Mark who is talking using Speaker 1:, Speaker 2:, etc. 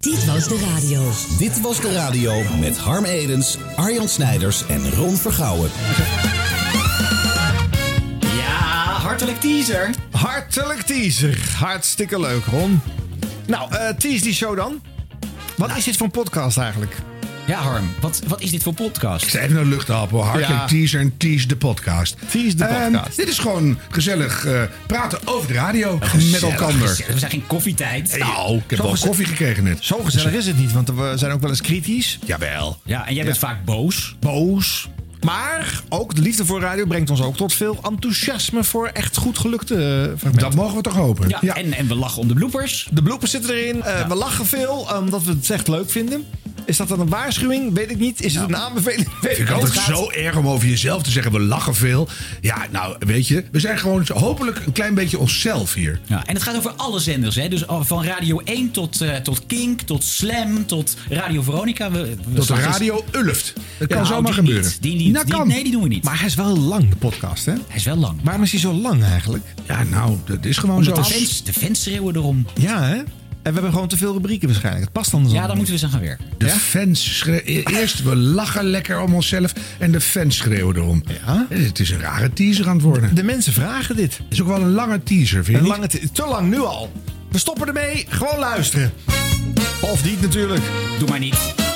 Speaker 1: Dit was de radio.
Speaker 2: Dit was de radio met Harm Edens, Arjan Snijders en Ron Vergouwen.
Speaker 3: Ja, hartelijk teaser.
Speaker 4: Hartelijk teaser. Hartstikke leuk, Ron. Nou, eh tease die show dan. Wat is dit voor een podcast eigenlijk?
Speaker 3: Nou. Ja, Harm, wat, wat is dit voor podcast?
Speaker 5: Even een luchtappel. Hartelijk
Speaker 4: Ja.
Speaker 5: teaser en tease de podcast.
Speaker 4: Tease de
Speaker 5: Ehm,
Speaker 4: podcast.
Speaker 5: dit is gewoon gezellig eh, praten over de radio. met
Speaker 3: Gezellig,
Speaker 5: elkaar.
Speaker 3: gezellig. We zijn geen koffietijd.
Speaker 5: Nou, ik heb wel
Speaker 4: gezellig-
Speaker 5: koffie gekregen net.
Speaker 4: Zo gezellig is het niet, want we zijn ook wel eens kritisch.
Speaker 5: Jawel.
Speaker 3: Ja, en jij bent vaak boos.
Speaker 4: Boos. Maar ook de liefde voor radio brengt ons ook tot veel enthousiasme voor echt goed gelukte eh, fragmenten.
Speaker 5: Dat mogen we toch hopen?
Speaker 3: Ja, En, en we lachen om de bloepers.
Speaker 4: De bloepers zitten erin. Eh, We lachen veel, eh, omdat we het echt leuk vinden. Is dat dan een waarschuwing? Weet ik niet. Is het een aanbeveling? Weet
Speaker 5: Vind ik
Speaker 4: niet.
Speaker 5: altijd
Speaker 4: Het gaat-
Speaker 5: zo erg om over jezelf te zeggen, we lachen veel. Ja, nou, weet je, we zijn gewoon hopelijk een klein beetje onszelf hier.
Speaker 3: Ja, en het gaat over alle zenders. Hè? Dus al- van Radio 1 tot, eh, tot Kink, tot Slam, tot Radio Veronica. We, we
Speaker 5: Dat de
Speaker 3: straks-
Speaker 5: radio ulft. Dat kan
Speaker 3: Nou,
Speaker 5: zomaar
Speaker 3: die
Speaker 5: gebeuren.
Speaker 3: niet. die niet.
Speaker 4: Nou,
Speaker 3: Die-
Speaker 4: kan.
Speaker 3: nee, die doen we niet.
Speaker 4: Maar hij is wel lang, de podcast, hè?
Speaker 3: hij is wel lang.
Speaker 4: Waarom is hij zo lang eigenlijk?
Speaker 5: Ja, nou, dat is gewoon
Speaker 3: de,
Speaker 5: zo.
Speaker 3: fans, de fans schreeuwen erom.
Speaker 4: Ja, hè? En we hebben gewoon te veel rubrieken waarschijnlijk. Het past anders
Speaker 3: Ja, daar
Speaker 4: allemaal
Speaker 3: moeten we eens aan gaan werken.
Speaker 5: De fans schreeuwen. e-, Eerst we lachen lekker om onszelf en de fans schreeuwen erom.
Speaker 4: Ja.
Speaker 5: Het is een rare teaser aan het worden.
Speaker 4: niet. De mensen vragen dit.
Speaker 5: Het is ook wel een lange teaser, vind je
Speaker 4: Een
Speaker 5: niet?
Speaker 4: lange te, te lang nu al. We stoppen ermee. Gewoon luisteren. Of niet natuurlijk.
Speaker 3: Doe maar niet.